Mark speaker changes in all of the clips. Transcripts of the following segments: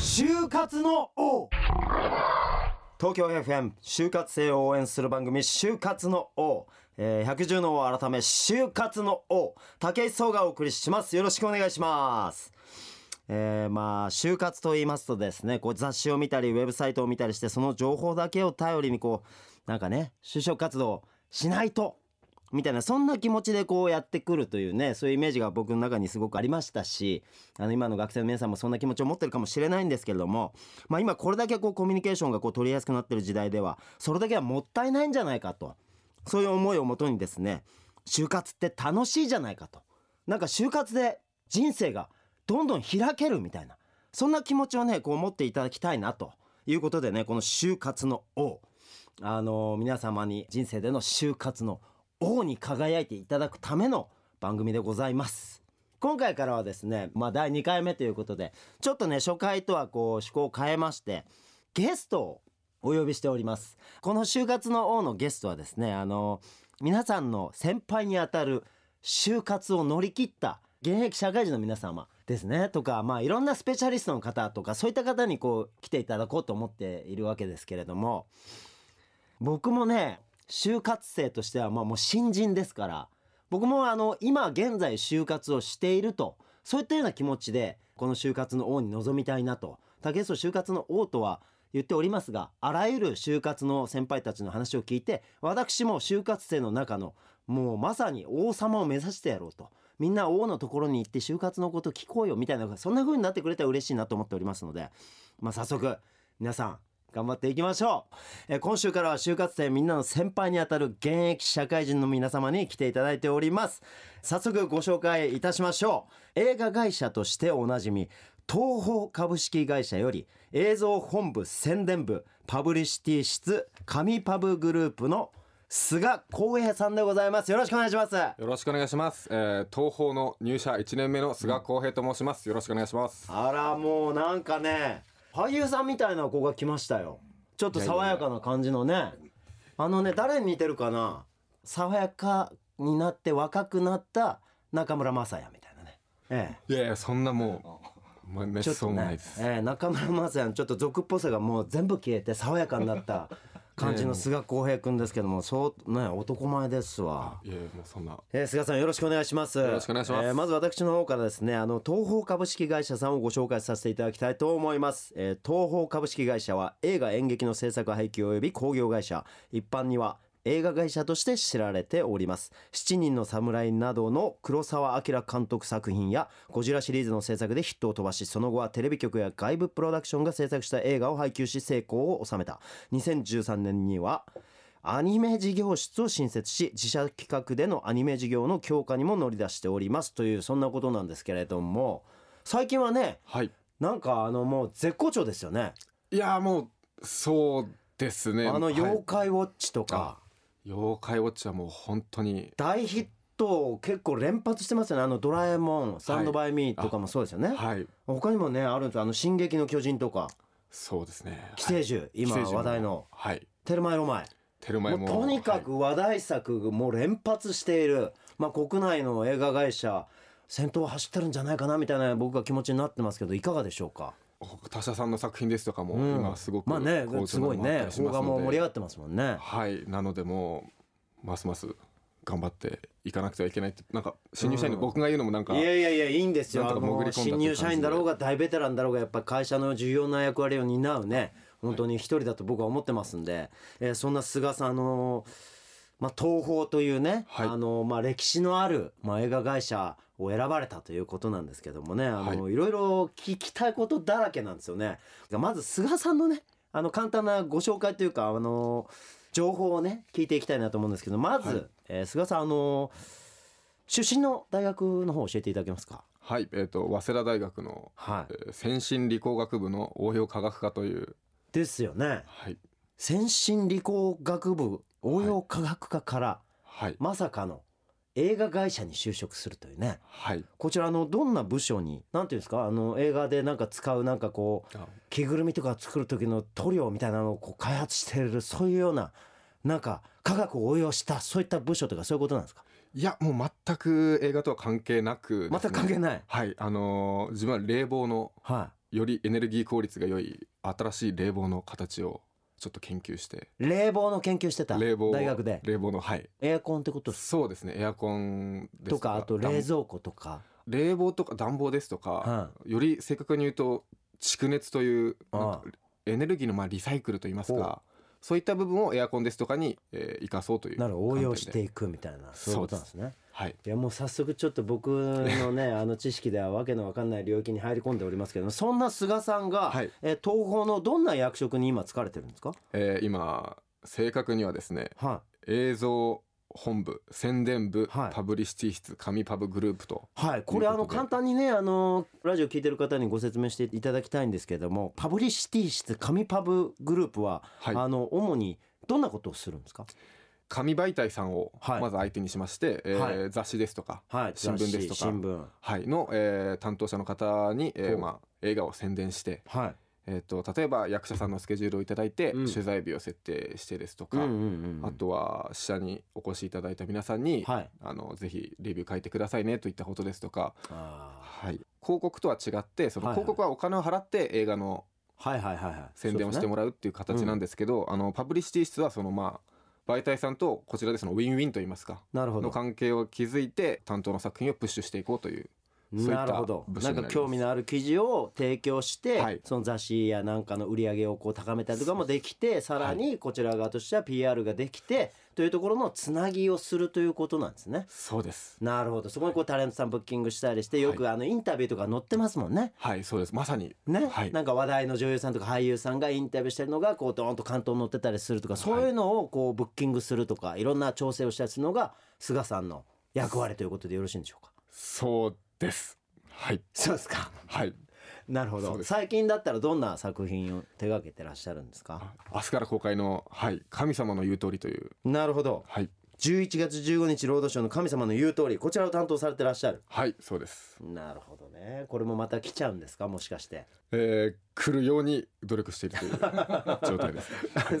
Speaker 1: 就活の王
Speaker 2: 東京 FM 就活生を応援する番組「就活の王」えー、110の王改め「就活の王」武井壮がお送りしますよろしくお願いしますえー、まあ就活と言いますとですねこう雑誌を見たりウェブサイトを見たりしてその情報だけを頼りにこうなんかね就職活動をしないとみたいなそんな気持ちでこうやってくるというねそういうイメージが僕の中にすごくありましたしあの今の学生の皆さんもそんな気持ちを持ってるかもしれないんですけれども、まあ、今これだけこうコミュニケーションがこう取りやすくなってる時代ではそれだけはもったいないんじゃないかとそういう思いをもとにですね就活って楽しいじゃないかとなんか就活で人生がどんどん開けるみたいなそんな気持ちをねこう持っていただきたいなということでねこの就活の王あの皆様に人生での就活の王に輝いていただくための番組でございます今回からはですねまあ第2回目ということでちょっとね初回とはこう趣向を変えましてゲストをお呼びしておりますこの就活の王のゲストはですねあの皆さんの先輩にあたる就活を乗り切った現役社会人の皆様ですねとかまあいろんなスペシャリストの方とかそういった方にこう来ていただこうと思っているわけですけれども僕もね就活生としてはまあもう新人ですから僕もあの今現在就活をしているとそういったような気持ちでこの就活の王に臨みたいなと竹下就活の王とは言っておりますがあらゆる就活の先輩たちの話を聞いて私も就活生の中のもうまさに王様を目指してやろうとみんな王のところに行って就活のこと聞こうよみたいなそんな風になってくれたら嬉しいなと思っておりますので、まあ、早速皆さん頑張っていきましょう、えー今週からは就活生みんなの先輩にあたる現役社会人の皆様に来ていただいております早速ご紹介いたしましょう映画会社としておなじみ東宝株式会社より映像本部宣伝部パブリシティ室紙パブグループの菅光平さんでございますよろしくお願いします
Speaker 3: よろしくお願いします、えー、東宝の入社1年目の菅光平と申しますよろしくお願いします
Speaker 2: あらもうなんかね俳優さんみたいな子が来ましたよちょっと爽やかな感じのねあのね誰に似てるかな爽やかになって若くなった中村雅也みたいなねえ
Speaker 3: いやいやそんなもうまあめ
Speaker 2: え
Speaker 3: っ
Speaker 2: ちょっ
Speaker 3: そ
Speaker 2: と
Speaker 3: うもな
Speaker 2: ね
Speaker 3: いで、す、
Speaker 2: ええ中村雅也のちょっと俗っぽさがもう全部消えて爽やかになった感じの菅浩平くんですけどもそうね男前ですわ
Speaker 3: いやいやもうそんな
Speaker 2: えー、菅さんよろしくお願いします。よ
Speaker 3: ろしくお願いします
Speaker 2: まず私の方からですね、あの東宝株式会社さんをご紹介させていただきたいと思います。えー東宝株式会社は映画演劇の制作配給及び興行会社、一般には映画会社として知られております。七人の侍などの黒澤明監督作品やゴジラシリーズの制作でヒットを飛ばし、その後はテレビ局や外部プロダクションが制作した映画を配給し成功を収めた。2013年にはアニメ事業室を新設し自社企画でのアニメ事業の強化にも乗り出しておりますというそんなことなんですけれども最近はね
Speaker 3: はい
Speaker 2: なんかあのもう絶好調ですよね
Speaker 3: いやもうそうですね
Speaker 2: あの「
Speaker 3: はい
Speaker 2: 妖怪ウォッチ」と
Speaker 3: あ
Speaker 2: か
Speaker 3: 妖怪ウォッチはもう本当に
Speaker 2: 大ヒットを結構連発してますよねあの「ドラえもん」「スタンドバイミー」とかもそうですよね
Speaker 3: はい
Speaker 2: 他にもねあるんですよあの「進撃の巨人」とか
Speaker 3: そうですね
Speaker 2: 「寄生獣」今
Speaker 3: 寄生獣も
Speaker 2: 話題の
Speaker 3: はい
Speaker 2: 「テルマエロマエ」
Speaker 3: テルマエ
Speaker 2: も
Speaker 3: も
Speaker 2: うとにか
Speaker 3: は
Speaker 2: く話題作もう連発している、まあ、国内の映画会社先頭を走ってるんじゃないかなみたいな僕が気持ちになってますけどいかがでしょうか、
Speaker 3: い他社さんの作品ですとかも
Speaker 2: うん
Speaker 3: 今すごく
Speaker 2: まあね
Speaker 3: 好
Speaker 2: す
Speaker 3: 調な
Speaker 2: ごい
Speaker 3: のもあった
Speaker 2: ね
Speaker 3: りし
Speaker 2: 邦
Speaker 3: ます
Speaker 2: 画も盛
Speaker 3: の
Speaker 2: り
Speaker 3: で
Speaker 2: 上がってますもんね
Speaker 3: はいなのでもうますます頑張っていかなくてはいけないってなんか新入社員の僕が言うのもなんか、
Speaker 2: いやいやいやいいんですよ
Speaker 3: なん
Speaker 2: あ
Speaker 3: とか潜り込んだ
Speaker 2: の
Speaker 3: っていう感じで
Speaker 2: 新入社員だろうが大ベテランだろうがやっぱ会社の重要な役割を担うね本当に一人だと僕は思ってますんで、えーそんな菅さんあのーまあ、東宝というね、
Speaker 3: はい
Speaker 2: あのーまあ、歴史のある、まあ、映画会社を選ばれたということなんですけどもねあのー、、
Speaker 3: はい
Speaker 2: ろいろ聞きたいことだらけなんですよね。まず菅さんのねあの簡単なご紹介というかあのー情報をね聞いていきたいなと思うんですけどまず、
Speaker 3: はい
Speaker 2: えー菅さんあのー出身の大学の方教えていただけますか。
Speaker 3: はい、えっ、と早稲田大学の、
Speaker 2: は
Speaker 3: え。ー先進理工学部の応用科学科という、
Speaker 2: ですよね。
Speaker 3: はい、
Speaker 2: 先進理工学部応用科学科から、
Speaker 3: はい、
Speaker 2: まさかの映画会社に就職するというね。
Speaker 3: はい、
Speaker 2: こちらあのどんな部署になんていうんですかあの映画でなんか使うなんかこう
Speaker 3: あ
Speaker 2: 着ぐるみとか作る時の塗料みたいなのをこう開発しているそういうようななんか科学を応用したそういった部署とかそういうことなんですか。
Speaker 3: いや、もう全く映画とは関係なく、
Speaker 2: 全く関係ない。
Speaker 3: はい、あのー自分は冷房の
Speaker 2: は
Speaker 3: よりエネルギー効率が良い新しい冷房の形をちょっと研究して
Speaker 2: 冷房の研究してた
Speaker 3: 冷房を
Speaker 2: 大学で
Speaker 3: 冷房のはい
Speaker 2: エアコンってことです
Speaker 3: そうですねエアコンです
Speaker 2: とかあと冷
Speaker 3: 暖
Speaker 2: 蔵庫とか
Speaker 3: 冷房とか暖房ですとか、より正確に言うと蓄熱というなんか
Speaker 2: ああ
Speaker 3: エネルギーのまあリサイクルといいます
Speaker 2: おう
Speaker 3: かそういった部分をエアコンですとかに、えー生かそうという
Speaker 2: なるほど応用
Speaker 3: 観
Speaker 2: し
Speaker 3: 点
Speaker 2: て
Speaker 3: で
Speaker 2: いくみたいなそういうことなんですね
Speaker 3: はい
Speaker 2: いやもう早速ちょっと僕のねあの知識ではわけのわかんない領域に入り込んでおりますけどもそんな菅さんが、
Speaker 3: はい
Speaker 2: えー東宝のどんな役職に今疲れてるんですか
Speaker 3: えー今正確にはですね
Speaker 2: は
Speaker 3: 映像本部宣伝部、
Speaker 2: はい
Speaker 3: パブリシティ室紙パブグループと
Speaker 2: い、はい、これあ
Speaker 3: という
Speaker 2: の
Speaker 3: ことで
Speaker 2: 簡単にねあのラジオ聞いてる方にご説明していただきたいんですけどもパブリシティ室紙パブグループは、
Speaker 3: はい
Speaker 2: あの主にどんなことをするんですか
Speaker 3: 紙媒体さんを
Speaker 2: はい
Speaker 3: まず相手にしまして、えー
Speaker 2: は
Speaker 3: 雑誌ですとか、
Speaker 2: はい
Speaker 3: 新聞ですとか
Speaker 2: 雑誌新聞
Speaker 3: はい、の、えー担当者の方に、えー
Speaker 2: ほう
Speaker 3: まあ、映画を宣伝して、
Speaker 2: はい
Speaker 3: えー、と例えば役者さんのスケジュールをいただいて、
Speaker 2: うん
Speaker 3: 取材日を設定してですと
Speaker 2: う
Speaker 3: か、
Speaker 2: んうんうん
Speaker 3: あとは試写にお越しいただいた皆さんに、
Speaker 2: はい
Speaker 3: あのぜひレビュー書いてくださいねといったことですとか、
Speaker 2: あ
Speaker 3: はい、広告とは違ってその
Speaker 2: はいはい
Speaker 3: 広告はお金を払って映画の
Speaker 2: ーはいはいはいはい
Speaker 3: 宣伝をしてもらうっていう形なんですけど、あのパブリシティ室はそのまあ媒体さんとこちらでそのウィンウィンといいますか
Speaker 2: なるほ
Speaker 3: の
Speaker 2: ど
Speaker 3: 関係を築いて担当の作品をプッシュしていこうというそういった
Speaker 2: なるほど
Speaker 3: 部署
Speaker 2: なん
Speaker 3: になります
Speaker 2: か興味のある記事を提供して、
Speaker 3: はい
Speaker 2: その雑誌やなんかの売り上げをこう高めたりとかもできてさらにこちら側としては PR ができてというところのつなぎをするということなんですね。
Speaker 3: そうです
Speaker 2: なるほどそこにこうタレントさんブッキングしたりしてよくあのインタビューとか載ってますもんね。
Speaker 3: はいそうですまさに
Speaker 2: ね、
Speaker 3: はい
Speaker 2: なんか話題の女優さんとか俳優さんがインタビューしてるのがこうドーンと関東に載ってたりするとかそういうのをこうブッキングするとかいろんな調整をしたりするのが菅さんの役割ということでよろしいんでしょうか
Speaker 3: そうですはい
Speaker 2: そうですか
Speaker 3: はい
Speaker 2: なるほ
Speaker 3: そう
Speaker 2: ど
Speaker 3: です
Speaker 2: 最近だったらどんな作品を手がけてらっしゃるんですか
Speaker 3: 明日から公開のはい神様の言う通りという
Speaker 2: なるほど
Speaker 3: はい
Speaker 2: 11月15日ロードショーの神様の言う通りこちらを担当されてらっしゃる
Speaker 3: はいそうです
Speaker 2: なるほどねこれもまた来ちゃうんですかもしかして
Speaker 3: えー、来るように努力してい るという状態で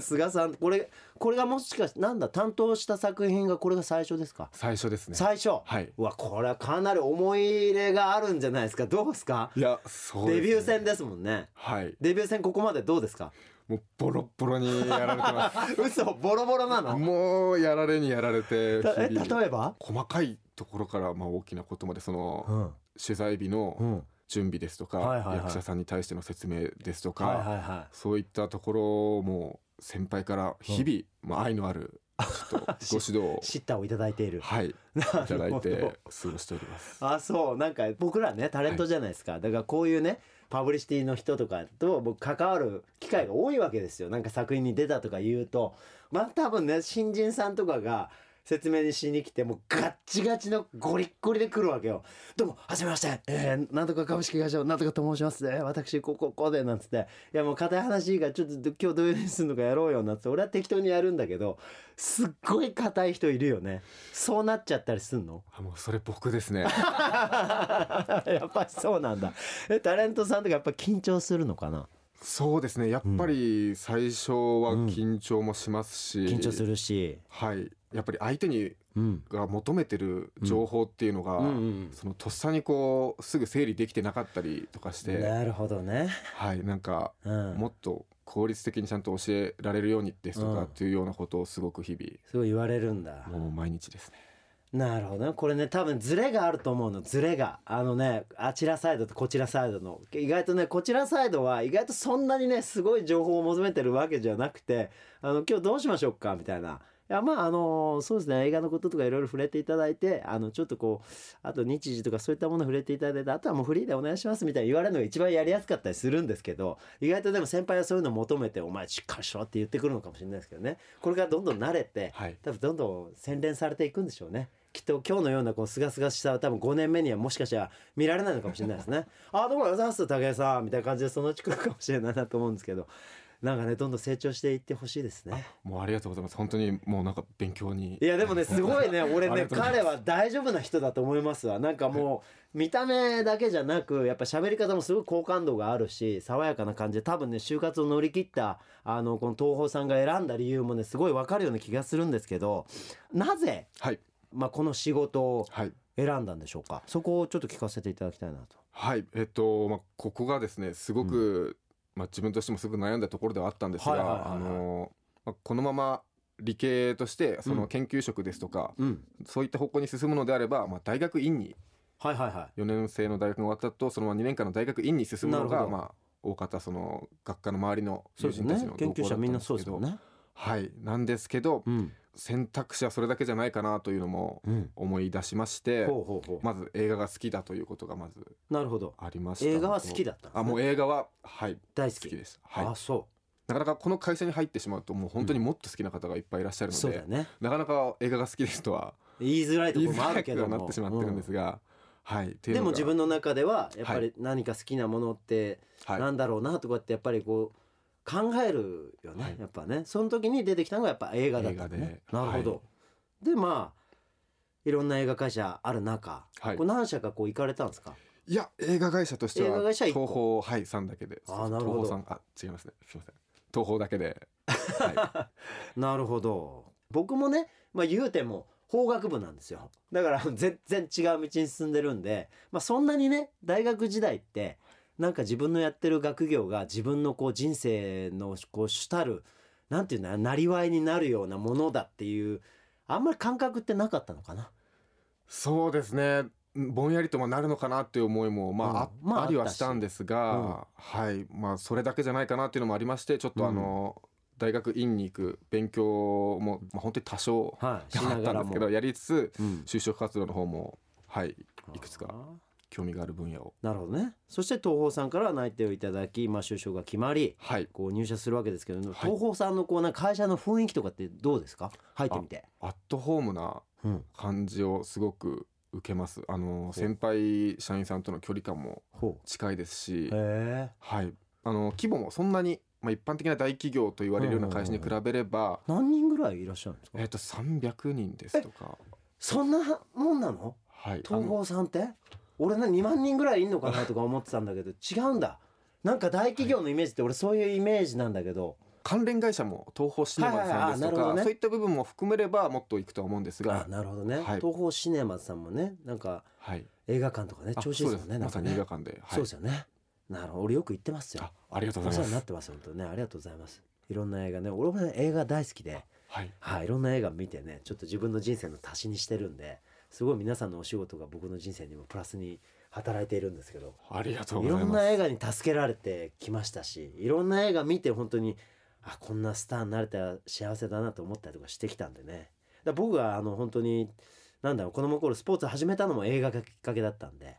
Speaker 3: す
Speaker 2: 菅さんこれこれがもしかしてなんだ担当した作品がこれが最初ですか
Speaker 3: 最初ですね
Speaker 2: 最初
Speaker 3: はいう
Speaker 2: わこれはかなり思い入れがあるんじゃないですかどうですか
Speaker 3: いやそうですね
Speaker 2: デビュー戦ですもんね
Speaker 3: はい
Speaker 2: デビュー戦ここまでどうです か
Speaker 3: もうボロッボロにやられ てます
Speaker 2: 嘘ボロボロなの
Speaker 3: もうやられにやられて
Speaker 2: たえ
Speaker 3: 日々
Speaker 2: 例えば
Speaker 3: 細かいところからまあ大きなことまでその
Speaker 2: ん
Speaker 3: 取材日の
Speaker 2: ん
Speaker 3: 準備ですとか、
Speaker 2: はいはいはい
Speaker 3: 役者さんに対しての説明ですとか、
Speaker 2: はいはいはい
Speaker 3: そういったところをもう先輩から日々、まあ、愛のあるちょっとご指導を
Speaker 2: シッターをいただいている。
Speaker 3: はいい
Speaker 2: な
Speaker 3: ただい
Speaker 2: るほど
Speaker 3: て 過ごしております。
Speaker 2: あ、そう、なんか僕らね、タレントじゃないですか。だからこういうね、パブリシティの人とかと僕関わる機会が多いわけですよ。なんか作品に出たとか言うと、まあ多分ね、新人さんとかが、説明しに来てもうガッチガチのゴリッゴリで来るわけよ。どうも、はじめまして。えー、なんとか株式会社のなんとかと申します。えー私、こうこうこうで、なんつって。いや、もう硬い話いいから、ちょっと今日どういうふうにするのかやろうよ、なんつって。俺は適当にやるんだけど、すっごい硬い人いるよね。そうなっちゃったりすんの
Speaker 3: あもうそれ僕ですね。
Speaker 2: やっぱりそうなんだ。え、タレントさんとかやっぱ緊張するのかな
Speaker 3: そうですね。やっぱり最初は緊張もしますし、
Speaker 2: 緊張するし。
Speaker 3: はい。やっぱり相手に
Speaker 2: うん。
Speaker 3: が求めてる情報っていうのが、
Speaker 2: うんうんうん
Speaker 3: そのとっさにこうすぐ整理できてなかったりとかして、
Speaker 2: なるほどね。
Speaker 3: はいなんか
Speaker 2: うん。
Speaker 3: もっと効率的にちゃんと教えられるようにですと
Speaker 2: う
Speaker 3: か
Speaker 2: ん
Speaker 3: っていうようなことをすごく日
Speaker 2: すごい言われるんだ。
Speaker 3: 々もう毎日ですね。
Speaker 2: なるほどねこれね多分ズレがあると思うのズレがあのねあちらサイドとこちらサイドの意外とねこちらサイドは意外とそんなにねすごい情報を求めてるわけじゃなくてあの今日どうしましょうかみたいな。いやまああのそうですね映画のこととかいろいろ触れていただいてあのちょっとこうあと日時とかそういったもの触れていただいてあとはもうフリーでお願いしますみたいに言われるのが一番やりやすかったりするんですけど意外とでも先輩はそういうのを求めて「お前しっかりしろ」って言ってくるのかもしれないですけどねこれからどんどん慣れて、
Speaker 3: はい
Speaker 2: 多分どんどん洗練されていくんでしょうねきっと今日のようなこうすがすがしさは多分5年目にはもしかしたら見られないのかもしれないですね あどうもおはようございます武井さんみたいな感じでそのうち来るかもしれないなと思うんですけど なんかねどんどん成長していってほしいですね
Speaker 3: もうありがとうございます。本当にもうなんか勉強に
Speaker 2: いやでもねすごい ね俺ね
Speaker 3: ありがとうござい
Speaker 2: 彼は大丈夫な人だと思いますわなんかもう見た目だけじゃなくやっぱ喋り方もすごい好感度があるし爽やかな感じで多分ね就活を乗り切ったあのこの東宝さんが選んだ理由もねすごいわかるような気がするんですけどなぜ
Speaker 3: はい
Speaker 2: まあ、この仕事を
Speaker 3: はい
Speaker 2: 選んだんでしょうかそこをちょっと聞かせていただきたいなと
Speaker 3: はいえっとまあここがですねすごく、まあ、自分としてもすごく悩んだところではあったんです
Speaker 2: はいはいはい
Speaker 3: が
Speaker 2: はい
Speaker 3: あのまあこのまま理系としてそうの
Speaker 2: ん
Speaker 3: 研究職ですとか、
Speaker 2: うん
Speaker 3: そういった方向に進むのであれば、まあ、大学院に
Speaker 2: はいはいはい
Speaker 3: 4年生の大学が終わったとそのまま2年間の大学院に進むの
Speaker 2: なる
Speaker 3: が
Speaker 2: ほど
Speaker 3: まあ大方その学科の周りの
Speaker 2: そう
Speaker 3: 友
Speaker 2: です
Speaker 3: 人たち
Speaker 2: ね
Speaker 3: の
Speaker 2: 研
Speaker 3: 動向
Speaker 2: 究者
Speaker 3: だった
Speaker 2: みん
Speaker 3: ん
Speaker 2: な
Speaker 3: です
Speaker 2: そうで
Speaker 3: け
Speaker 2: すも
Speaker 3: ど
Speaker 2: んね
Speaker 3: はいなんですけど
Speaker 2: うん
Speaker 3: 選択肢はそれだけじゃないかなというのも
Speaker 2: うん
Speaker 3: 思い出しまして
Speaker 2: ほうほうほう、
Speaker 3: まず映画が好きだということがまず
Speaker 2: なるほど
Speaker 3: ありました
Speaker 2: 映画は好き
Speaker 3: だ
Speaker 2: だったんですね
Speaker 3: あもう映画ははい
Speaker 2: 大
Speaker 3: 好
Speaker 2: 好き
Speaker 3: きですはい
Speaker 2: あそ
Speaker 3: なかなかこの会社に入ってしまうともう本当にもっと好きな方がいっぱいいらっしゃ
Speaker 2: う
Speaker 3: る
Speaker 2: そ
Speaker 3: の
Speaker 2: うだよ
Speaker 3: で
Speaker 2: ね
Speaker 3: なかなか映画が好きですとは
Speaker 2: 言いづら いとこ
Speaker 3: 言い
Speaker 2: ろもあ
Speaker 3: づ
Speaker 2: る
Speaker 3: ら
Speaker 2: け
Speaker 3: くは
Speaker 2: ど
Speaker 3: な
Speaker 2: も
Speaker 3: ってしまってるんですがはいって
Speaker 2: うんで
Speaker 3: いうのが
Speaker 2: も自分の中ではやっぱ
Speaker 3: は
Speaker 2: り何か好きなものって
Speaker 3: はい
Speaker 2: なんだろうなとかってやっぱりこう考えるよね、
Speaker 3: はい
Speaker 2: やっぱねその時に出てきたのがやっぱ映画だったのね
Speaker 3: 映画
Speaker 2: な
Speaker 3: で
Speaker 2: るほど、
Speaker 3: は
Speaker 2: でまあいろんな映画会社ある中、
Speaker 3: はい
Speaker 2: こう何社かこう行かれたんですか
Speaker 3: いや映画会社として
Speaker 2: 映
Speaker 3: は
Speaker 2: 画会社一
Speaker 3: 東
Speaker 2: 個
Speaker 3: 宝はい三だけで
Speaker 2: あーなるほど
Speaker 3: 東宝さんあ違いますねすいません東宝だけで、 は
Speaker 2: なるほど僕もね、まあ、言うても法学部なんですよだから 全然違う道に進んでるんで、まあ、そんなにね大学時代ってなんか自分のやってる学業が自分のこう人生のこう主たるなんていうんだなりわいになるようなものだっていうあんまり感覚ってなかったのかな。
Speaker 3: そうですねぼんやりともなるのかなっていう思いも、まああ
Speaker 2: うんまあ
Speaker 3: あり
Speaker 2: あっ
Speaker 3: は
Speaker 2: たし
Speaker 3: したんですが、はいまあそれだけじゃないかなっていうのもありましてちょっとあの、大学院に行く勉強も、まあ、本当に多少
Speaker 2: はい、し
Speaker 3: あ
Speaker 2: な
Speaker 3: っ
Speaker 2: が
Speaker 3: たん
Speaker 2: ら
Speaker 3: です
Speaker 2: も
Speaker 3: け。どやりつつ
Speaker 2: うん
Speaker 3: 就職活動の方もはいいくつか興味がある分野を
Speaker 2: なるほどねそして東宝さんから内定をいただき、まあ、就職が決まり、
Speaker 3: はい
Speaker 2: こう入社するわけですけど、
Speaker 3: い
Speaker 2: 東宝さんのこうなんか会社の雰囲気とかってどうですか入ってみて。
Speaker 3: アットホームな
Speaker 2: うん、
Speaker 3: 感じをすごく受けますあの先輩社員さんとの距離感も
Speaker 2: ほ
Speaker 3: 近いで
Speaker 2: う
Speaker 3: すし
Speaker 2: へ、え
Speaker 3: はい、あの規模もそんなに、まあ、一般的な大企業と言われるような会社に比べれば、
Speaker 2: 何人ぐらいいらっしゃるんですか
Speaker 3: えっと300人ですとか、
Speaker 2: そんなもんなの
Speaker 3: はい、
Speaker 2: 東宝さんって俺な2万人ぐらいいんのかなとか思ってたんだけど違うんだなんか大企業のイメージって俺そういうイメージなんだけど、
Speaker 3: 関連会社も東宝シネマズさんです
Speaker 2: はいはいはいあなる
Speaker 3: と
Speaker 2: ほ
Speaker 3: か、
Speaker 2: どね
Speaker 3: そういった部分も含めればもっといくとは思うんです
Speaker 2: あ
Speaker 3: が、
Speaker 2: なるほどね、
Speaker 3: はい
Speaker 2: 東宝シネマズさんもねなんか
Speaker 3: はい、
Speaker 2: 映画館とかね
Speaker 3: あ
Speaker 2: 調子いいですも
Speaker 3: そうん
Speaker 2: ねなん
Speaker 3: ま
Speaker 2: か
Speaker 3: さ
Speaker 2: ね
Speaker 3: に映画館で、はい、
Speaker 2: そうですよねなるほど俺よく行ってますよ
Speaker 3: あありがとうご
Speaker 2: お世
Speaker 3: ざい
Speaker 2: 話にな
Speaker 3: ま
Speaker 2: っ
Speaker 3: す。
Speaker 2: てます本当ねありがとうございますいろんな映画ね俺もね映画大好きで
Speaker 3: はい、
Speaker 2: はい、いろんな映画見てねちょっと自分の人生の足しにしてるんですごい皆さんのお仕事が僕の人生にもプラスに働いているんですけど
Speaker 3: ありがとう
Speaker 2: い
Speaker 3: ござ
Speaker 2: ろ
Speaker 3: い
Speaker 2: ん
Speaker 3: ま
Speaker 2: な
Speaker 3: す。
Speaker 2: 映画に助けられてきましたしいろんな映画見て本当にあこんなスターになれたら幸せだなと思ったりとかしてきたんでねだから僕があの本当になんだろう子供の頃スポーツ始めたのも映画がきっかけだったんで、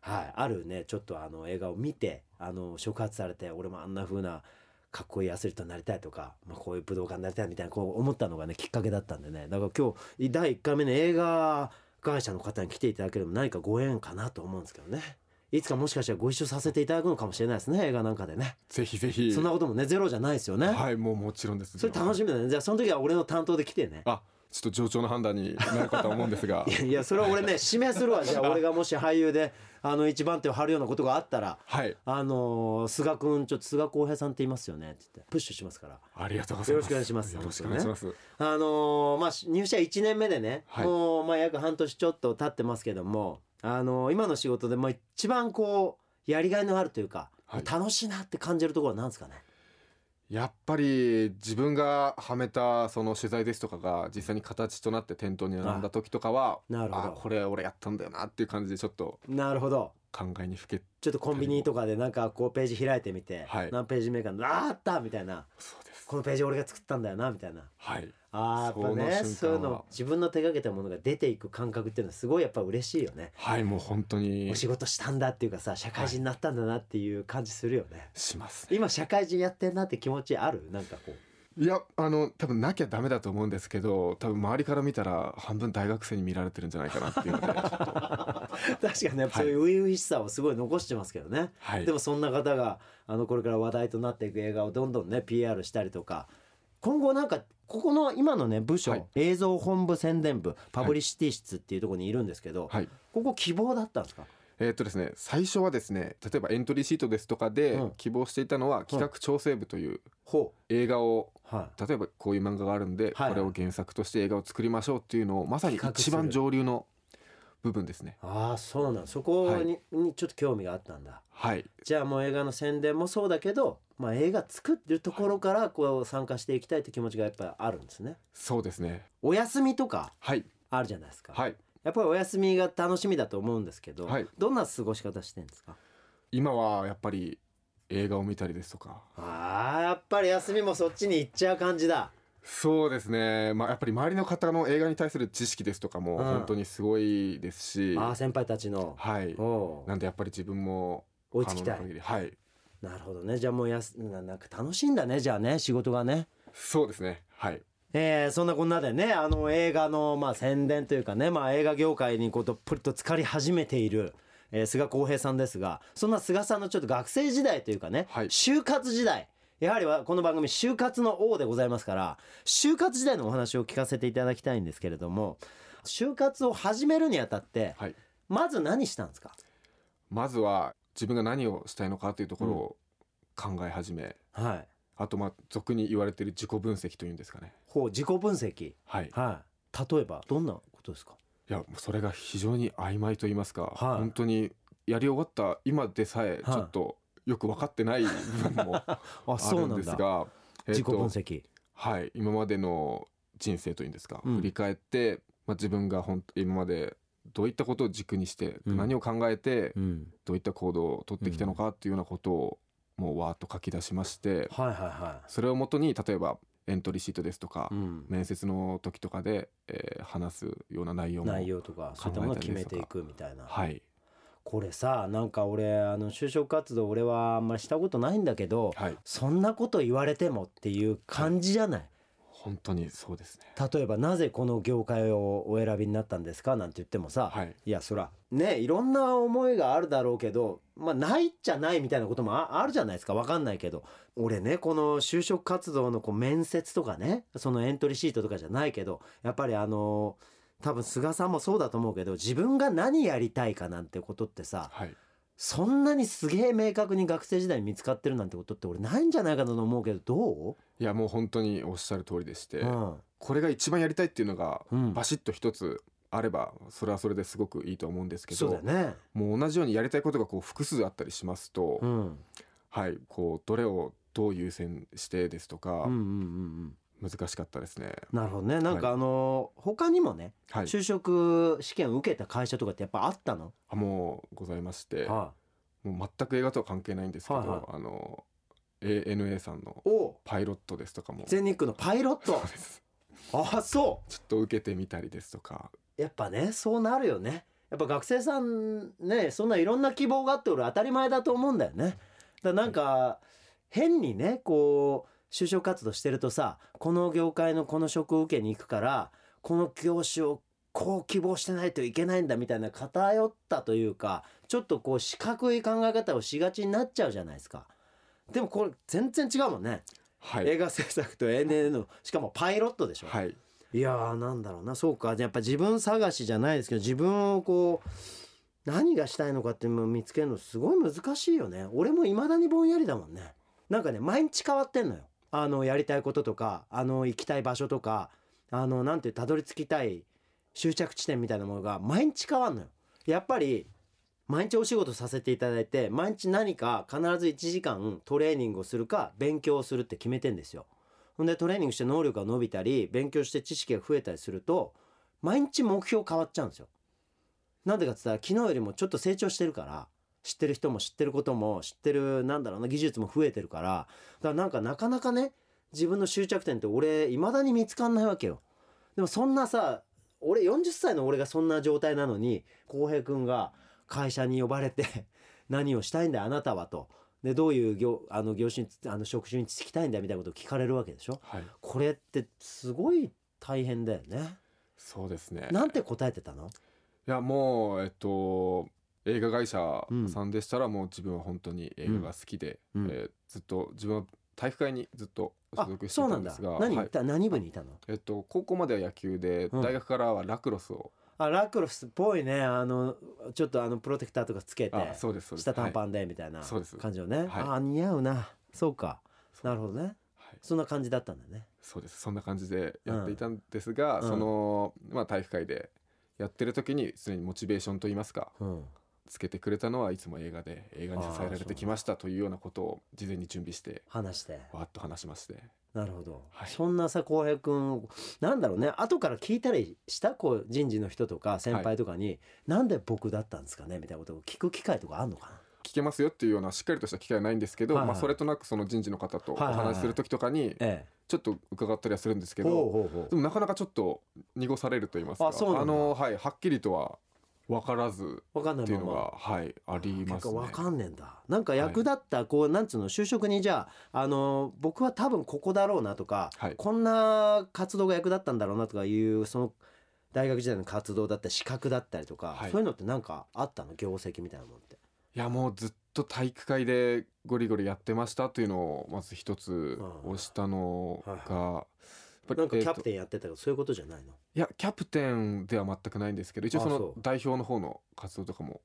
Speaker 2: はい、あるねちょっとあの映画を見てあの触発されて俺もあんな風なかっこいいアスリートになりたいとか、まあ、こういう武道家になりたいみたいなこう思ったのがねきっかけだったんでねだから今日第1回目の映画会社の方に来ていただければ何かご縁かなと思うんですけどねいつかもしかしたらご一緒させていただくのかもしれないですね映画なんかでね
Speaker 3: ぜひぜひ
Speaker 2: そんなこともねゼロじゃないですよね、
Speaker 3: はいもうもちろんです。
Speaker 2: それ楽しみだねじゃあその時は俺の担当で来てね
Speaker 3: あちょっと冗長な判断になるかとは思うんですが
Speaker 2: いやいやそれは俺ね指名するわじゃあ俺がもし俳優であの一番手を張るようなことがあったら
Speaker 3: はい
Speaker 2: あのー菅君ちょっと菅浩平さんって言いますよねって言ってプッシュしますから
Speaker 3: ありがとうござい
Speaker 2: よろ
Speaker 3: ます。
Speaker 2: しくお願いします
Speaker 3: よろしくお願いします。
Speaker 2: あのーまあし入社1年目でね、
Speaker 3: はい
Speaker 2: もうまあ約半年ちょっと経ってますけどもあのー今の仕事でもう一番こうやりがいのあるというか、
Speaker 3: はい
Speaker 2: 楽しいなって感じるところはなんですかね
Speaker 3: やっぱり自分がはめたその取材ですとかが実際に形となって店頭に並んだ時とかは
Speaker 2: なるほど
Speaker 3: あこれ俺やったんだよなっていう感じでちょっと
Speaker 2: なるほど
Speaker 3: 考えにふけ
Speaker 2: ちょっとコンビニとかでなんかこうページ開いてみて、
Speaker 3: はい
Speaker 2: 何ページ目かあーあったみたいな
Speaker 3: そうです
Speaker 2: このページ俺が作ったんだよなみたいな
Speaker 3: はい
Speaker 2: あーやっぱね
Speaker 3: その瞬間は
Speaker 2: そういうの自分の手がけたものが出ていく感覚っていうのはすごいやっぱ嬉しいよね
Speaker 3: はいもう本当に
Speaker 2: お仕事したんだっていうかさ社会人になったんだなっていう感じするよね、
Speaker 3: します
Speaker 2: 今社会人やってんなって気持ちあるなんかこう
Speaker 3: いやあの多分なきゃダメだと思うんですけど多分周りから見たら半分大学生に見られてるんじゃないかなっていう ので
Speaker 2: 確かにねやっぱそういう初々しさをすごい残してますけどね、
Speaker 3: はい
Speaker 2: でもそんな方があのこれから話題となっていく映画をどんどんね PR したりとか今後なんかここの今のね部署、
Speaker 3: はい
Speaker 2: 映像本部宣伝部パブリシティ室っていうところにいるんですけど、
Speaker 3: はい
Speaker 2: ここ希望だったんですか
Speaker 3: えーっとですね最初はですね例えばエントリーシートですとかで
Speaker 2: うん
Speaker 3: 希望していたのは企画調整部という
Speaker 2: ほ
Speaker 3: 映画を
Speaker 2: うはい
Speaker 3: 例えばこういう漫画があるんで、
Speaker 2: はい
Speaker 3: これを原作として映画を作りましょうっていうのをまさに
Speaker 2: 企画す
Speaker 3: 一
Speaker 2: る
Speaker 3: 番上流の部分ですね
Speaker 2: ああそうなんそこ
Speaker 3: はい
Speaker 2: に,、にちょっと興味があったんだ
Speaker 3: はい
Speaker 2: じゃあもう映画の宣伝もそうだけど、まあ、映画作ってるところからこう参加していきたいって気持ちがやっぱりあるんですね
Speaker 3: そうですね
Speaker 2: お休みとか
Speaker 3: はい
Speaker 2: あるじゃないですか、
Speaker 3: はい
Speaker 2: やっぱりお休みが楽しみだと思うんですけど、
Speaker 3: はい
Speaker 2: どんな過ごし方してんですか
Speaker 3: 今はやっぱり映画を見たりですとか
Speaker 2: あーやっぱり休みもそっちに行っちゃう感じだ
Speaker 3: そうですね、まあ、やっぱり周りの方の映画に対する知識ですとかも
Speaker 2: うん
Speaker 3: 本当にすごいですし、
Speaker 2: ああ先輩たちの
Speaker 3: はい
Speaker 2: おう
Speaker 3: なんでやっぱり自分も
Speaker 2: 追いつきたい
Speaker 3: 可能な限りはい
Speaker 2: なるほどねじゃあもうやすななんか楽しいんだねじゃあね仕事がね
Speaker 3: そうですねはい
Speaker 2: えー、そんなこんなでねあの映画の、まあ、宣伝というかね、まあ、映画業界にこうどっぷりと浸かり始めている、えー、菅浩平さんですがそんな菅さんのちょっと学生時代というかね、
Speaker 3: はい
Speaker 2: 就活時代やはりはこの番組「就活の王」でございますから就活時代のお話を聞かせていただきたいんですけれども就活を始めるにあたって
Speaker 3: はい
Speaker 2: まず何したんですか
Speaker 3: まずは自分が何をしたいのかというところを考え始め、
Speaker 2: はい
Speaker 3: あとまあ俗に言われている自己分析というんですかね
Speaker 2: ほう自己分析
Speaker 3: はい
Speaker 2: はい例えばどんなことですか
Speaker 3: いやもうそれが非常に曖昧と言いますか、
Speaker 2: はい
Speaker 3: 本当にやり終わった今でさえちょっとよく分かってない部分もあ
Speaker 2: あ
Speaker 3: るんですが、えっと
Speaker 2: 自己分析
Speaker 3: はい今までの人生というんですか、
Speaker 2: うん
Speaker 3: 振り返って、まあ、自分が本当今までどういったことを軸にして、
Speaker 2: うん
Speaker 3: 何を考えて
Speaker 2: うん
Speaker 3: どういった行動を取ってきたのかっていうようなことをもうわーっと書き出しまして、
Speaker 2: はいはいは
Speaker 3: それをもとに例えばエントリーシートですとか、
Speaker 2: い、うん、
Speaker 3: 面接の時とかで、えー話すような内容も
Speaker 2: 内容とかそういったものを決めていくみたいな、
Speaker 3: はい
Speaker 2: これさなんか俺あの就職活動俺はあんまりしたことないんだけど、
Speaker 3: はい
Speaker 2: そんなこと言われてもっていう感じじゃない、
Speaker 3: 本当にそうですね
Speaker 2: 例えばなぜこの業界をお選びになったんですかなんて言ってもさ、
Speaker 3: はい
Speaker 2: いやそらねいろんな思いがあるだろうけどまあないっちゃないみたいなこともああるじゃないですかわかんないけど俺ねこの就職活動のこう面接とかねそのエントリーシートとかじゃないけどやっぱりあの多分菅さんもそうだと思うけど自分が何やりたいかなんてことってさ
Speaker 3: はい
Speaker 2: そんなにすげえ明確に学生時代に見つかってるなんてことって俺ないんじゃないかなと思うけどど
Speaker 3: いやもう本当におっしゃる通りでして、
Speaker 2: う、うん
Speaker 3: これが一番やりたいっていうのが
Speaker 2: うん
Speaker 3: バシッと一つあればそれはそれですごくいいと思うんですけ
Speaker 2: そうだ
Speaker 3: ど
Speaker 2: よね。
Speaker 3: もう同じようにやりたいことがこう複数あったりしますと、
Speaker 2: うん
Speaker 3: はいこうどれをどう優先してですとか、
Speaker 2: うんうんうん
Speaker 3: 難しかったですね
Speaker 2: うん、なるほどねなんかあのー他にもね
Speaker 3: はい
Speaker 2: 就職試験を受けた会社とかってやっぱあったの、
Speaker 3: あもうございまして、
Speaker 2: は
Speaker 3: もう全く映画とは関係ないんですけど、
Speaker 2: はいはい
Speaker 3: あの ANA さんの
Speaker 2: い、お
Speaker 3: パイロットですとかも
Speaker 2: 全日空のパイロット
Speaker 3: そうです
Speaker 2: あそ
Speaker 3: ちょっと受けてみたりですとか
Speaker 2: うやっぱねそうなるよねやっぱ学生さんねそんないろんな希望があって俺当たり前だと思うんだよねだからなんか変にねこう就職活動してるとさこの業界のこの職を受けに行くからこの業種をこう希望してないといけないんだみたいな偏ったというかちょっとこう四角い考え方をしがちになっちゃうじゃないですかでもこれ全然違うもんね
Speaker 3: はい、
Speaker 2: 映画制作と ANN のしかもパイロットでしょ、
Speaker 3: はい、
Speaker 2: い、やーなんだろうなそうかやっぱ自分探しじゃないですけど自分をこう何がしたいのかっていうのを見つけるのすごい難しいよね俺もいまだにぼんやりだもんねなんかね毎日変わってんのよあのやりたいこととかあの行きたい場所とかあのなんていうたどり着きたい終着地点みたいなものが毎日変わんのよやっぱり毎日お仕事させていただいて毎日何か必ず1時間トレーニングをするか勉強をするって決めてんですよほんでトレーニングして能力が伸びたり勉強して知識が増えたりすると毎日目標変わっちゃうんですよ。なんでかって言ったら昨日よりもちょっと成長してるから知ってる人も知ってることも知ってるなんだろうな技術も増えてるからだからなんかなかなかね自分の終着点って俺いまだに見つかんないわけよ。でもそんなさ俺40歳の俺がそんな状態なのに浩平君が会社に呼ばれて何をしたいんだよあなたはと。でどういう業あの業種にあの職種に就きたいんだみたいなことを聞かれるわけでしょ
Speaker 3: はい、
Speaker 2: これってすごい大変だよね。
Speaker 3: そうですね
Speaker 2: なんて答えてたの？
Speaker 3: いやもうえっと映画会社さんでしたらもう自分は本当に映画が好きで、
Speaker 2: うん
Speaker 3: えーずっと自分は体育会にずっと所
Speaker 2: あ、
Speaker 3: 属して
Speaker 2: そうな
Speaker 3: た
Speaker 2: ん
Speaker 3: んで
Speaker 2: だ
Speaker 3: すが。
Speaker 2: 何、
Speaker 3: はい
Speaker 2: た何部にいたの？
Speaker 3: えっと、高校までは野球で、
Speaker 2: うん
Speaker 3: 大学からはラクロスを
Speaker 2: あ、ラクロスっぽいね。あのちょっとあのプロテクターとかつけて、
Speaker 3: あそうですそうです
Speaker 2: 下短
Speaker 3: はい、
Speaker 2: パンでみたいな
Speaker 3: そうです
Speaker 2: 感じよね。
Speaker 3: はい
Speaker 2: あ、似合うな。そうか。なるほどね。
Speaker 3: はい
Speaker 2: そんな感じだったんだね。
Speaker 3: そうですそんな感じでやっていたんですが、
Speaker 2: うん
Speaker 3: その、まあ、体育会でやってる時に常にモチベーションといいますか
Speaker 2: うん、
Speaker 3: つけてくれたのはいつも映画で映画に支えられてきましたというようなことを事前に準備して
Speaker 2: 話して
Speaker 3: わーっと話しまして
Speaker 2: なるほど、
Speaker 3: はい
Speaker 2: そんなさ浩平君なんだろうね後から聞いたりしたこう人事の人とか先輩とかに、なんで僕だったんですかねみたいなことを聞く機会とかあんのかな
Speaker 3: 聞けますよっていうようなしっかりとした機会はないんですけど、
Speaker 2: はいはい
Speaker 3: まあ、それとなくその人事の方とお
Speaker 2: はいはいはい
Speaker 3: 話しする時とかに
Speaker 2: え
Speaker 3: ちょっと伺ったりはするんです
Speaker 2: え
Speaker 3: けど、
Speaker 2: ほうほうほう
Speaker 3: でもなかなかちょっと濁されると言いますか
Speaker 2: あそうなんだ
Speaker 3: の、はい、はっきりとは分からず
Speaker 2: わかんな
Speaker 3: ってい
Speaker 2: いうま
Speaker 3: の
Speaker 2: ま
Speaker 3: が、はい、ありま
Speaker 2: 結
Speaker 3: すね
Speaker 2: 構わ。かんねえんだなんか役立ったこうなんつうの就職にじゃああの僕は多分ここだろうなとか、
Speaker 3: はい
Speaker 2: こんな活動が役立ったんだろうなとかいうその大学時代の活動だったり資格だったりとか、
Speaker 3: はい
Speaker 2: そういうのってなんかあったの業績みたいなもんって。
Speaker 3: いやもうずっと体育会でゴリゴリやってましたというのをまず一つ押したのが、やっぱり
Speaker 2: なんか
Speaker 3: え
Speaker 2: キ
Speaker 3: ーと
Speaker 2: ャプテンやってたらそういうことじゃないの、
Speaker 3: いやキャプテンでは全くないんですけど一応
Speaker 2: あ
Speaker 3: そ
Speaker 2: そ
Speaker 3: の
Speaker 2: う
Speaker 3: 代表の方の活動とかも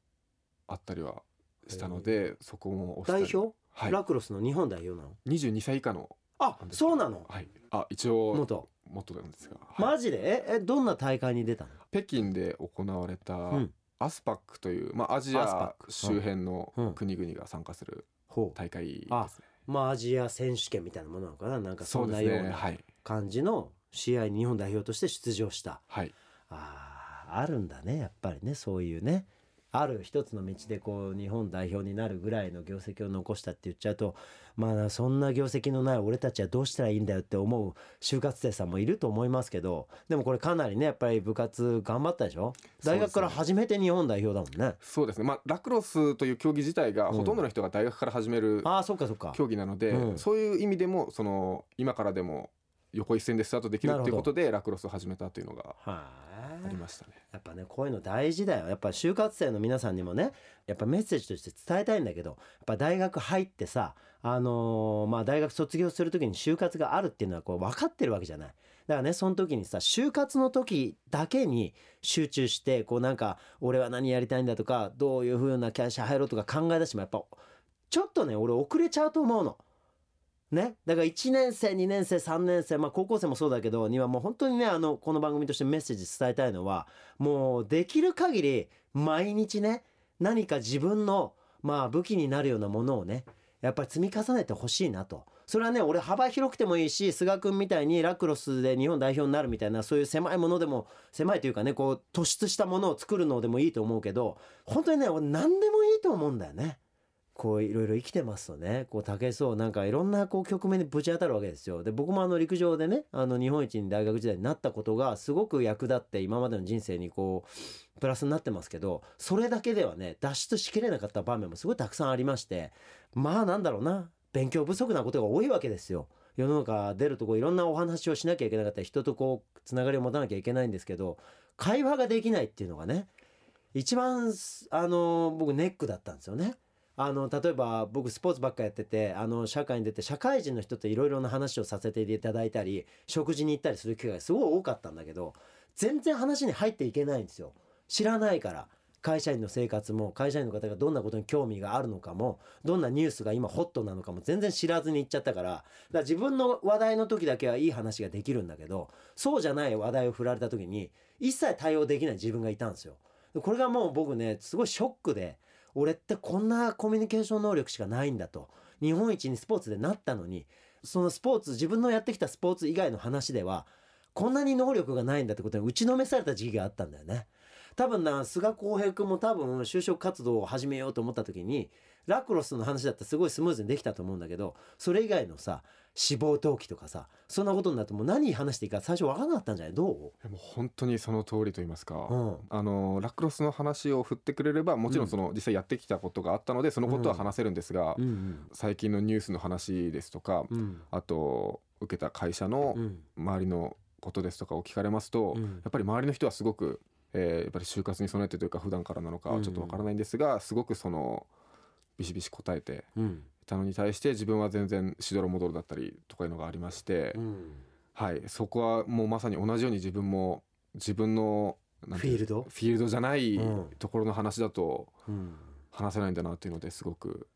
Speaker 3: あったりはしたのでそこも押した
Speaker 2: 代
Speaker 3: り
Speaker 2: 表、
Speaker 3: はい
Speaker 2: ラクロスの日本代表なの
Speaker 3: 22歳以下の
Speaker 2: あそうなの
Speaker 3: はいあ一応
Speaker 2: 元
Speaker 3: 元なんですが、はい
Speaker 2: マジでええどんな大会に出たの
Speaker 3: 北京で行われた
Speaker 2: うん
Speaker 3: アスパックという、まあ、アジ
Speaker 2: アスパ
Speaker 3: ア
Speaker 2: ック
Speaker 3: 周辺の
Speaker 2: うん
Speaker 3: 国々が参加する
Speaker 2: ほう
Speaker 3: 大会ですね、
Speaker 2: あまあアジア選手権みたいなものなのかななんかそんな
Speaker 3: うで
Speaker 2: よ
Speaker 3: す
Speaker 2: う
Speaker 3: ね
Speaker 2: な
Speaker 3: はい
Speaker 2: 感じの試合に日本代表として出場した
Speaker 3: はい
Speaker 2: あーあるんだねやっぱりねそういうねある一つの道でこう日本代表になるぐらいの業績を残したって言っちゃうとまあそんな業績のない俺たちはどうしたらいいんだよって思う就活生さんもいると思いますけどでもこれかなりねやっぱり部活頑張ったでしょ大学から初めて日本代表だもんね。
Speaker 3: そうですね、まあ、ラクロスという競技自体が
Speaker 2: うん
Speaker 3: ほとんどの人が大学から始める
Speaker 2: ああそっかそっか。
Speaker 3: 競技なので、
Speaker 2: うん
Speaker 3: そういう意味でもその今からでも横一線でスタートできる
Speaker 2: なるほ
Speaker 3: って
Speaker 2: ど
Speaker 3: いうことでラクロスを始めたというのが
Speaker 2: は
Speaker 3: あ
Speaker 2: い
Speaker 3: りましたね。
Speaker 2: やっぱねこういうの大事だよやっぱ就活生の皆さんにもねやっぱメッセージとして伝えたいんだけどやっぱ大学入ってさあのーまあ大学卒業する時に就活があるっていうのはこう分かってるわけじゃないだからねその時にさ就活の時だけに集中してこうなんか俺は何やりたいんだとかどういう風な会社入ろうとか考え出してもやっぱちょっとね俺遅れちゃうと思うの。ね、だから1年生2年生3年生、まあ、高校生もそうだけどにはもう本当にねあのこの番組としてメッセージ伝えたいのはもうできる限り毎日ね何か自分のまあ武器になるようなものをねやっぱり積み重ねてほしいなとそれはね俺幅広くてもいいし菅君みたいにラクロスで日本代表になるみたいなそういう狭いものでも狭いというかねこう突出したものを作るのでもいいと思うけど本当にね俺何でもいいと思うんだよね。こういろいろ生きてますとねこう武井壮なんかいろんなこう局面にぶち当たるわけですよで僕もあの陸上でねあの日本一に大学時代になったことがすごく役立って今までの人生にこうプラスになってますけどそれだけではね脱出しきれなかった場面もすごいたくさんありましてまあなんだろうな勉強不足なことが多いわけですよ。世の中出るとこういろんなお話をしなきゃいけなかったり人とこうつながりを持たなきゃいけないんですけど会話ができないっていうのがね一番すあの僕ネックだったんですよね。あの例えば僕スポーツばっかやっててあの社会に出て社会人の人といろいろな話をさせていただいたり食事に行ったりする機会がすごい多かったんだけど全然話に入っていけないんですよ知らないから会社員の生活も会社員の方がどんなことに興味があるのかもどんなニュースが今ホットなのかも全然知らずに行っちゃったからだから自分の話題の時だけはいい話ができるんだけどそうじゃない話題を振られた時に一切対応できない自分がいたんですよ。でこれがもう僕ねすごいショックで俺ってこんなコミュニケーション能力しかないんだと日本一にスポーツでなったのにそのスポーツ自分のやってきたスポーツ以外の話ではこんなに能力がないんだってことに打ちのめされた時期があったんだよね。多分な菅浩平君も多分就職活動を始めようと思った時にラクロスの話だったらすごいスムーズにできたと思うんだけどそれ以外のさ志望動機とかさそんなことになるともう何話していいか最初分からなかったんじゃないどう、
Speaker 3: でも本当にその通りと言いますか、
Speaker 2: うん
Speaker 3: あのラクロスの話を振ってくれればもちろんその実際やってきたことがあったのでそのことは話せるんですが、
Speaker 2: うん
Speaker 3: 最近のニュースの話ですとか、
Speaker 2: うんうん
Speaker 3: あと受けた会社の
Speaker 2: うん
Speaker 3: 周りのことですとかを聞かれますと、
Speaker 2: うん
Speaker 3: やっぱり周りの人はすごく、えーやっぱり就活に備えてというか普段からなのかちょっとわからないんですが、すごくそのビシビシ答えて
Speaker 2: うん
Speaker 3: いたのに対して自分は全然しどろもどろだったりとかいうのがありまして、
Speaker 2: うん
Speaker 3: はい、そこはもうまさに同じように自分も自分のなんてい
Speaker 2: フィ
Speaker 3: う
Speaker 2: ールド
Speaker 3: フィールドじゃない
Speaker 2: うん
Speaker 3: ところの話だと
Speaker 2: うん
Speaker 3: 話せないんだなっていうのですごく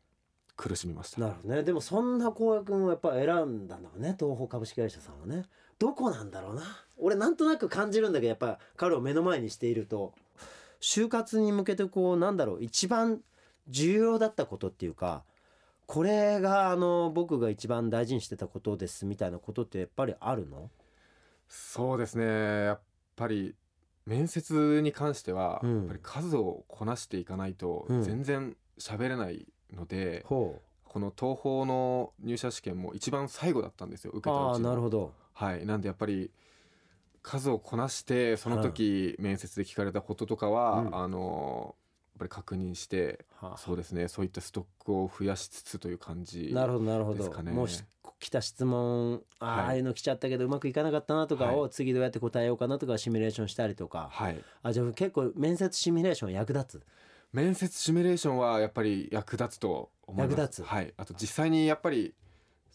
Speaker 3: 苦しみました。
Speaker 2: なるほどねでもそんな浩也君をやっぱ選んだんだろうね東宝株式会社さんはねどこなんだろうな俺なんとなく感じるんだけどやっぱ彼を目の前にしていると就活に向けてこうなんだろう一番重要だったことっていうかこれがあの僕が一番大事にしてたことですみたいなことってやっぱりあるの
Speaker 3: そうですねやっぱり面接に関しては、
Speaker 2: うん
Speaker 3: やっぱり数をこなしていかないと
Speaker 2: うん
Speaker 3: 全然喋れないので、
Speaker 2: ほ
Speaker 3: この東宝の入社試験も一番最後だったんですよ受けた
Speaker 2: あ
Speaker 3: う
Speaker 2: あ
Speaker 3: ち
Speaker 2: な
Speaker 3: の
Speaker 2: るほど
Speaker 3: はいなんでやっぱり数をこなしてその時面接で聞かれたこととかは、
Speaker 2: うん
Speaker 3: あのやっぱり確認して
Speaker 2: はあ
Speaker 3: そうですねそういったストックを増やしつつという感じ
Speaker 2: なるほどなるほ
Speaker 3: で
Speaker 2: ど
Speaker 3: すかね
Speaker 2: もうし来た質問あ,、
Speaker 3: はい
Speaker 2: ああいうの来ちゃったけどうまくいかなかったなとかを、
Speaker 3: は
Speaker 2: 次どうやって答えようかなとかシミュレーションしたりとか、
Speaker 3: はい
Speaker 2: あじゃあ結構面接シミュレーション役立つ
Speaker 3: 面接シミュレーションはやっぱり役立つと思います
Speaker 2: 役立つ
Speaker 3: はい、あと実際にやっぱり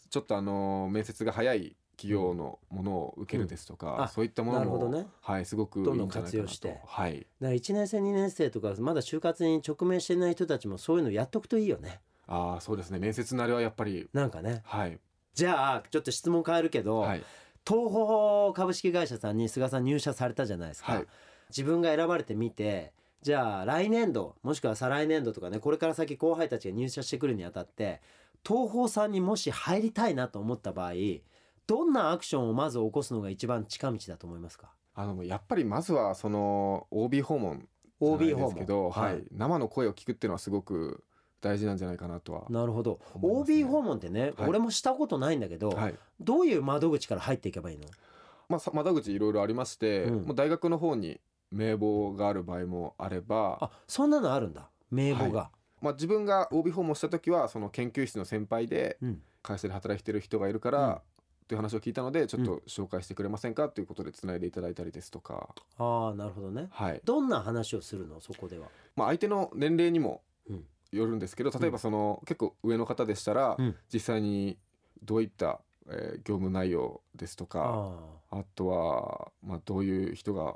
Speaker 3: ちょっとあの面接が早い企業のものを受けるですとか、
Speaker 2: うんあ
Speaker 3: そういったもの
Speaker 2: なるほ
Speaker 3: も、
Speaker 2: どね
Speaker 3: はい、すごくいい
Speaker 2: どんどん
Speaker 3: んじゃないか
Speaker 2: 活
Speaker 3: な
Speaker 2: 用
Speaker 3: と
Speaker 2: して
Speaker 3: はい、
Speaker 2: だから1年生2年生とかまだ就活に直面してない人たちもそういうのやっとくといいよね
Speaker 3: ああそうですね面接なりはやっぱり
Speaker 2: なんかね
Speaker 3: はい、
Speaker 2: じゃあちょっと質問変えるけど、
Speaker 3: はい、
Speaker 2: 東宝株式会社さんに菅さん入社されたじゃないですか、
Speaker 3: はい
Speaker 2: 自分が選ばれてみてじゃあ来年度もしくは再来年度とかねこれから先後輩たちが入社してくるにあたって東宝さんにもし入りたいなと思った場合どんなアクションをまず起こすのが一番近道だと思いますか
Speaker 3: あのやっぱりまずはその OB 訪問じゃない
Speaker 2: OB
Speaker 3: で
Speaker 2: 訪
Speaker 3: すけ
Speaker 2: 問
Speaker 3: ど、はい生の声を聞くっていうのはすごく大事なんじゃないかなとは、
Speaker 2: なるほど、
Speaker 3: 思いますね
Speaker 2: OB 訪問ってね、
Speaker 3: はい
Speaker 2: 俺もしたことないんだけど、
Speaker 3: はい
Speaker 2: どういう窓口から入っていけばいいの
Speaker 3: まあ、さ窓口いろいろありまして、
Speaker 2: うん
Speaker 3: もう大学の方に名簿がある場合もあれば
Speaker 2: あそんなのあるんだ名簿が、
Speaker 3: まあ、自分が OB 訪問した時はその研究室の先輩で
Speaker 2: うん
Speaker 3: 会社で働いてる人がいるから、
Speaker 2: うん
Speaker 3: という話を聞いたのでちょっと紹介してくれませんかということでつないでいただいたりですとか、
Speaker 2: ああなるほどね
Speaker 3: はい
Speaker 2: どんな話をするのそこでは
Speaker 3: まあ、相手の年齢にも
Speaker 2: うん
Speaker 3: よるんですけど例えばその、結構上の方でしたら、
Speaker 2: うん
Speaker 3: 実際にどういった、えー業務内容ですとか
Speaker 2: あ
Speaker 3: あとは、まあ、どういう人が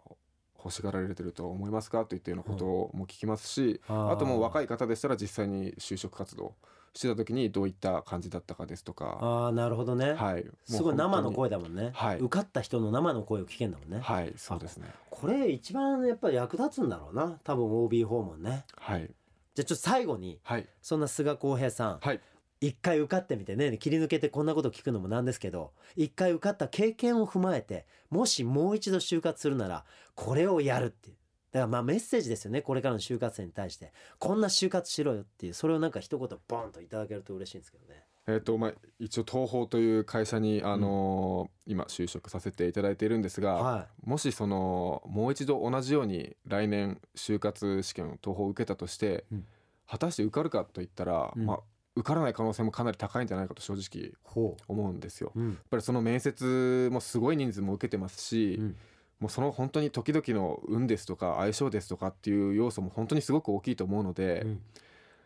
Speaker 3: 欲しがられてると思いますかといったようなことも聞きますし、
Speaker 2: あ
Speaker 3: あともう若
Speaker 2: い
Speaker 3: い方でしたら実際に就職活動してた時にどういった感じだったかですとか、
Speaker 2: ああなるほどね、
Speaker 3: はい、
Speaker 2: すごい生の
Speaker 3: もう
Speaker 2: 声だもんね、
Speaker 3: はい
Speaker 2: 受かった人の生の声を聞けんだもんね、
Speaker 3: 本当にはい、そうですね。
Speaker 2: これ一番やっぱり役立つんだろうな多分 OB 訪問ね
Speaker 3: はい、
Speaker 2: じゃあちょっと最後に
Speaker 3: はい、
Speaker 2: そんな菅浩平さん
Speaker 3: はい、
Speaker 2: 一回受かってみてね切り抜けてこんなこと聞くのもなんですけど一回受かった経験を踏まえてもしもう一度就活するならこれをやるっていうだからまあメッセージですよねこれからの就活生に対してこんな就活しろよっていうそれをなんか一言ボンといただけると嬉しいんですけどね
Speaker 3: えっ、とまあ一応東宝という会社にあのー今就職させていただいているんですが、
Speaker 2: は
Speaker 3: もしそのもう一度同じように来年就活試験を東宝受けたとして、
Speaker 2: うん
Speaker 3: 果たして受かるかといったら、
Speaker 2: うん
Speaker 3: まあ受からない可能性もかなり高いんじゃないかと正直
Speaker 2: いほ
Speaker 3: 思うんですよ。
Speaker 2: う、うん
Speaker 3: やっぱりその面接もすごい人数も受けてますし、
Speaker 2: うん
Speaker 3: もうその本当に時々の運ですとか相性ですとかっていう要素も本当にすごく大きいと思うので、
Speaker 2: うん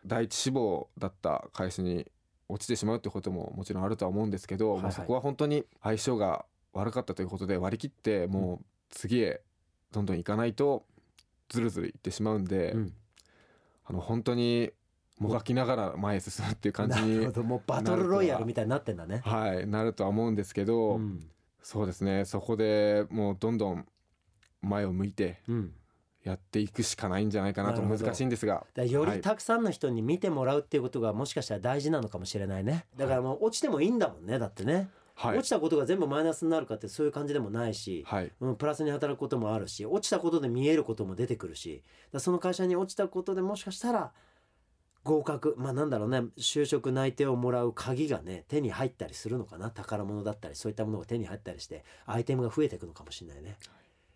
Speaker 3: 第一志望だった会社に落ちてしまうってことももちろんあるとは思うんですけ
Speaker 2: は
Speaker 3: ど、
Speaker 2: いはい
Speaker 3: もうそこは本当に相性が悪かったということで割り切ってもう次へどんどん行かないとずるずるいってしまうんで、
Speaker 2: うん
Speaker 3: あの本当にもがきながら前へ進むっていう感じ
Speaker 2: なる
Speaker 3: に
Speaker 2: ほ、どもうバトルロイヤルみたいになってんだね。
Speaker 3: はい、なるとは思うんですけど。
Speaker 2: うん
Speaker 3: そうですねそこでもうどんどん前を向いて
Speaker 2: うん、
Speaker 3: やっていくしかないんじゃないかなと
Speaker 2: なるほど
Speaker 3: 難しいんですが
Speaker 2: だからよ
Speaker 3: は
Speaker 2: り
Speaker 3: い
Speaker 2: たくさんの人に見てもらうっていうことがもしかしたら大事なのかもしれないねだからもう落ちてもいいんだもんねだってね、
Speaker 3: はい
Speaker 2: 落ちたことが全部マイナスになるかってそういう感じでもないし、
Speaker 3: はい
Speaker 2: うん、プラスに働くこともあるし落ちたことで見えることも出てくるしだからその会社に落ちたことでもしかしたら合格まあなんだろうね就職内定をもらう鍵がね手に入ったりするのかな宝物だったりそういったものが手に入ったりしてアイテムが増えていくのかもしれないね。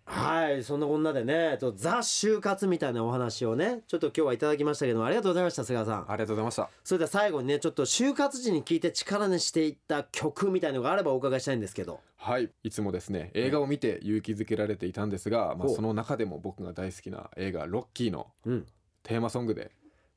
Speaker 2: はいそんな女でねとザ就活みたいなお話をねちょっと今日はいただきましたけどもありがとうございました菅原さん。
Speaker 3: ありがとうございました
Speaker 2: それでは最後にねちょっと就活時に聴いて力にしていった曲みたいのがあればお伺いしたいんですけど。
Speaker 3: はいいつもですね映画を見て勇気づけられていたんですが、まあ、
Speaker 2: ほう
Speaker 3: その中でも僕が大好きな映画「ロッキー」の
Speaker 2: うん
Speaker 3: テーマソングで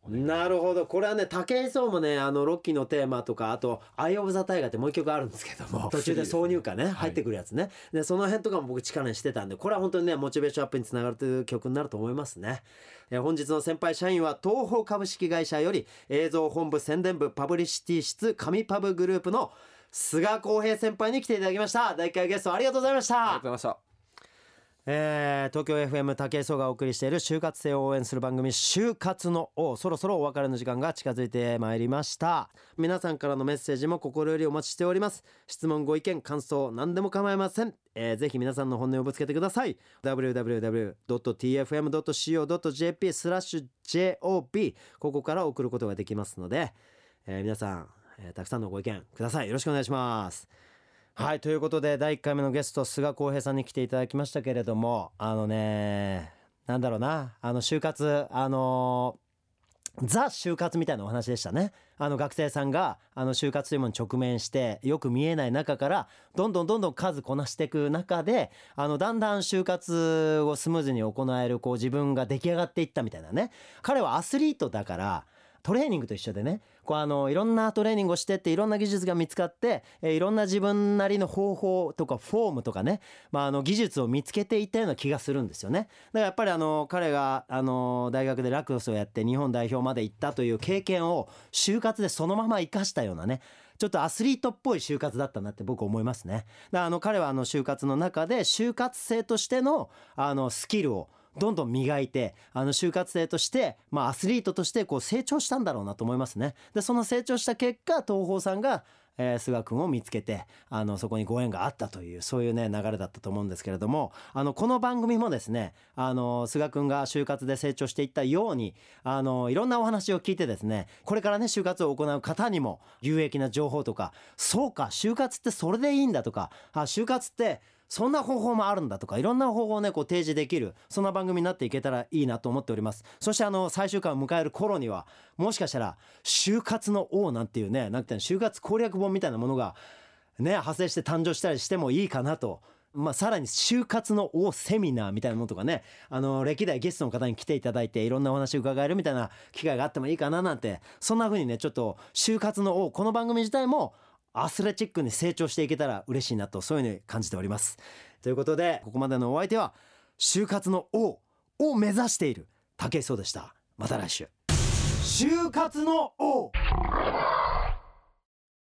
Speaker 2: なるほどこれはね武井壮もねあのロッキーのテーマとかあと「アイ・オブ・ザ・タイガー」ってもう一曲あるんですけども途中で挿入歌ね
Speaker 3: い
Speaker 2: 入ってくるやつねでその辺とかも僕力にしてたんでこれは本当にねモチベーションアップにつながるという曲になると思いますねえー本日の先輩社員は東宝株式会社より映像本部宣伝部パブリシティ室紙パブグループの菅浩平先輩に来ていただきました第1回ゲストありがとうございまし
Speaker 3: ありが
Speaker 2: た
Speaker 3: とうございました
Speaker 2: えー東京 FM 武井壮がお送りしている就活生を応援する番組「就活の王」そろそろお別れの時間が近づいてまいりました皆さんからのメッセージも心よりお待ちしております質問ご意見感想何でも構いません、えーぜひ皆さんの本音をぶつけてください www.tfm.co.jp スラッシュ JOB ここから送ることができますので、えー皆さん、えーたくさんのご意見くださいよろしくお願いしますはいということで第1回目のゲスト菅浩平さんに来ていただきましたけれどもあのねなんだろうなあの就活あのザ就活みたいなお話でしたねあの学生さんがあの就活というものに直面してよく見えない中からどんどんどんどん数こなしていく中であのだんだん就活をスムーズに行えるこう自分が出来上がっていったみたいなね彼はアスリートだからトレーニングと一緒でねこうあのいろんなトレーニングをしてっていろんな技術が見つかって、えーいろんな自分なりの方法とかフォームとかね、まあ、あの技術を見つけていったような気がするんですよね。だからやっぱりあの彼があの大学でラクロスをやって日本代表まで行ったという経験を就活でそのまま生かしたようなねちょっとアスリートっぽい就活だったなって僕思いますね。だからあの彼はあの就活の中で就活生としてのあのスキルをどんどん磨いてあの就活生として、まあ、アスリートとしてこう成長したんだろうなと思いますね。でその成長した結果東宝さんが、えー、菅君を見つけてあのそこにご縁があったというそういうね流れだったと思うんですけれどもあのこの番組もですねあの菅君が就活で成長していったようにあのいろんなお話を聞いてですねこれからね就活を行う方にも有益な情報とかそうか就活ってそれでいいんだとかあ就活ってそんな方法もあるんだとかいろんな方法をねこう提示できるそんな番組になっていけたらいいなと思っておりますそしてあの最終回を迎える頃にはもしかしたら「就活の王」なんていうねなんていうの就活攻略本みたいなものがね派生して誕生したりしてもいいかなと。まあ、さらに就活の王セミナーみたいなものとかねあの歴代ゲストの方に来ていただいていろんなお話を伺えるみたいな機会があってもいいかななんてそんな風にねちょっと就活の王この番組自体もアスレチックに成長していけたら嬉しいなとそういうふうに感じております。ということでここまでのお相手は就活の王を目指している武井壮でしたまた来週就活の王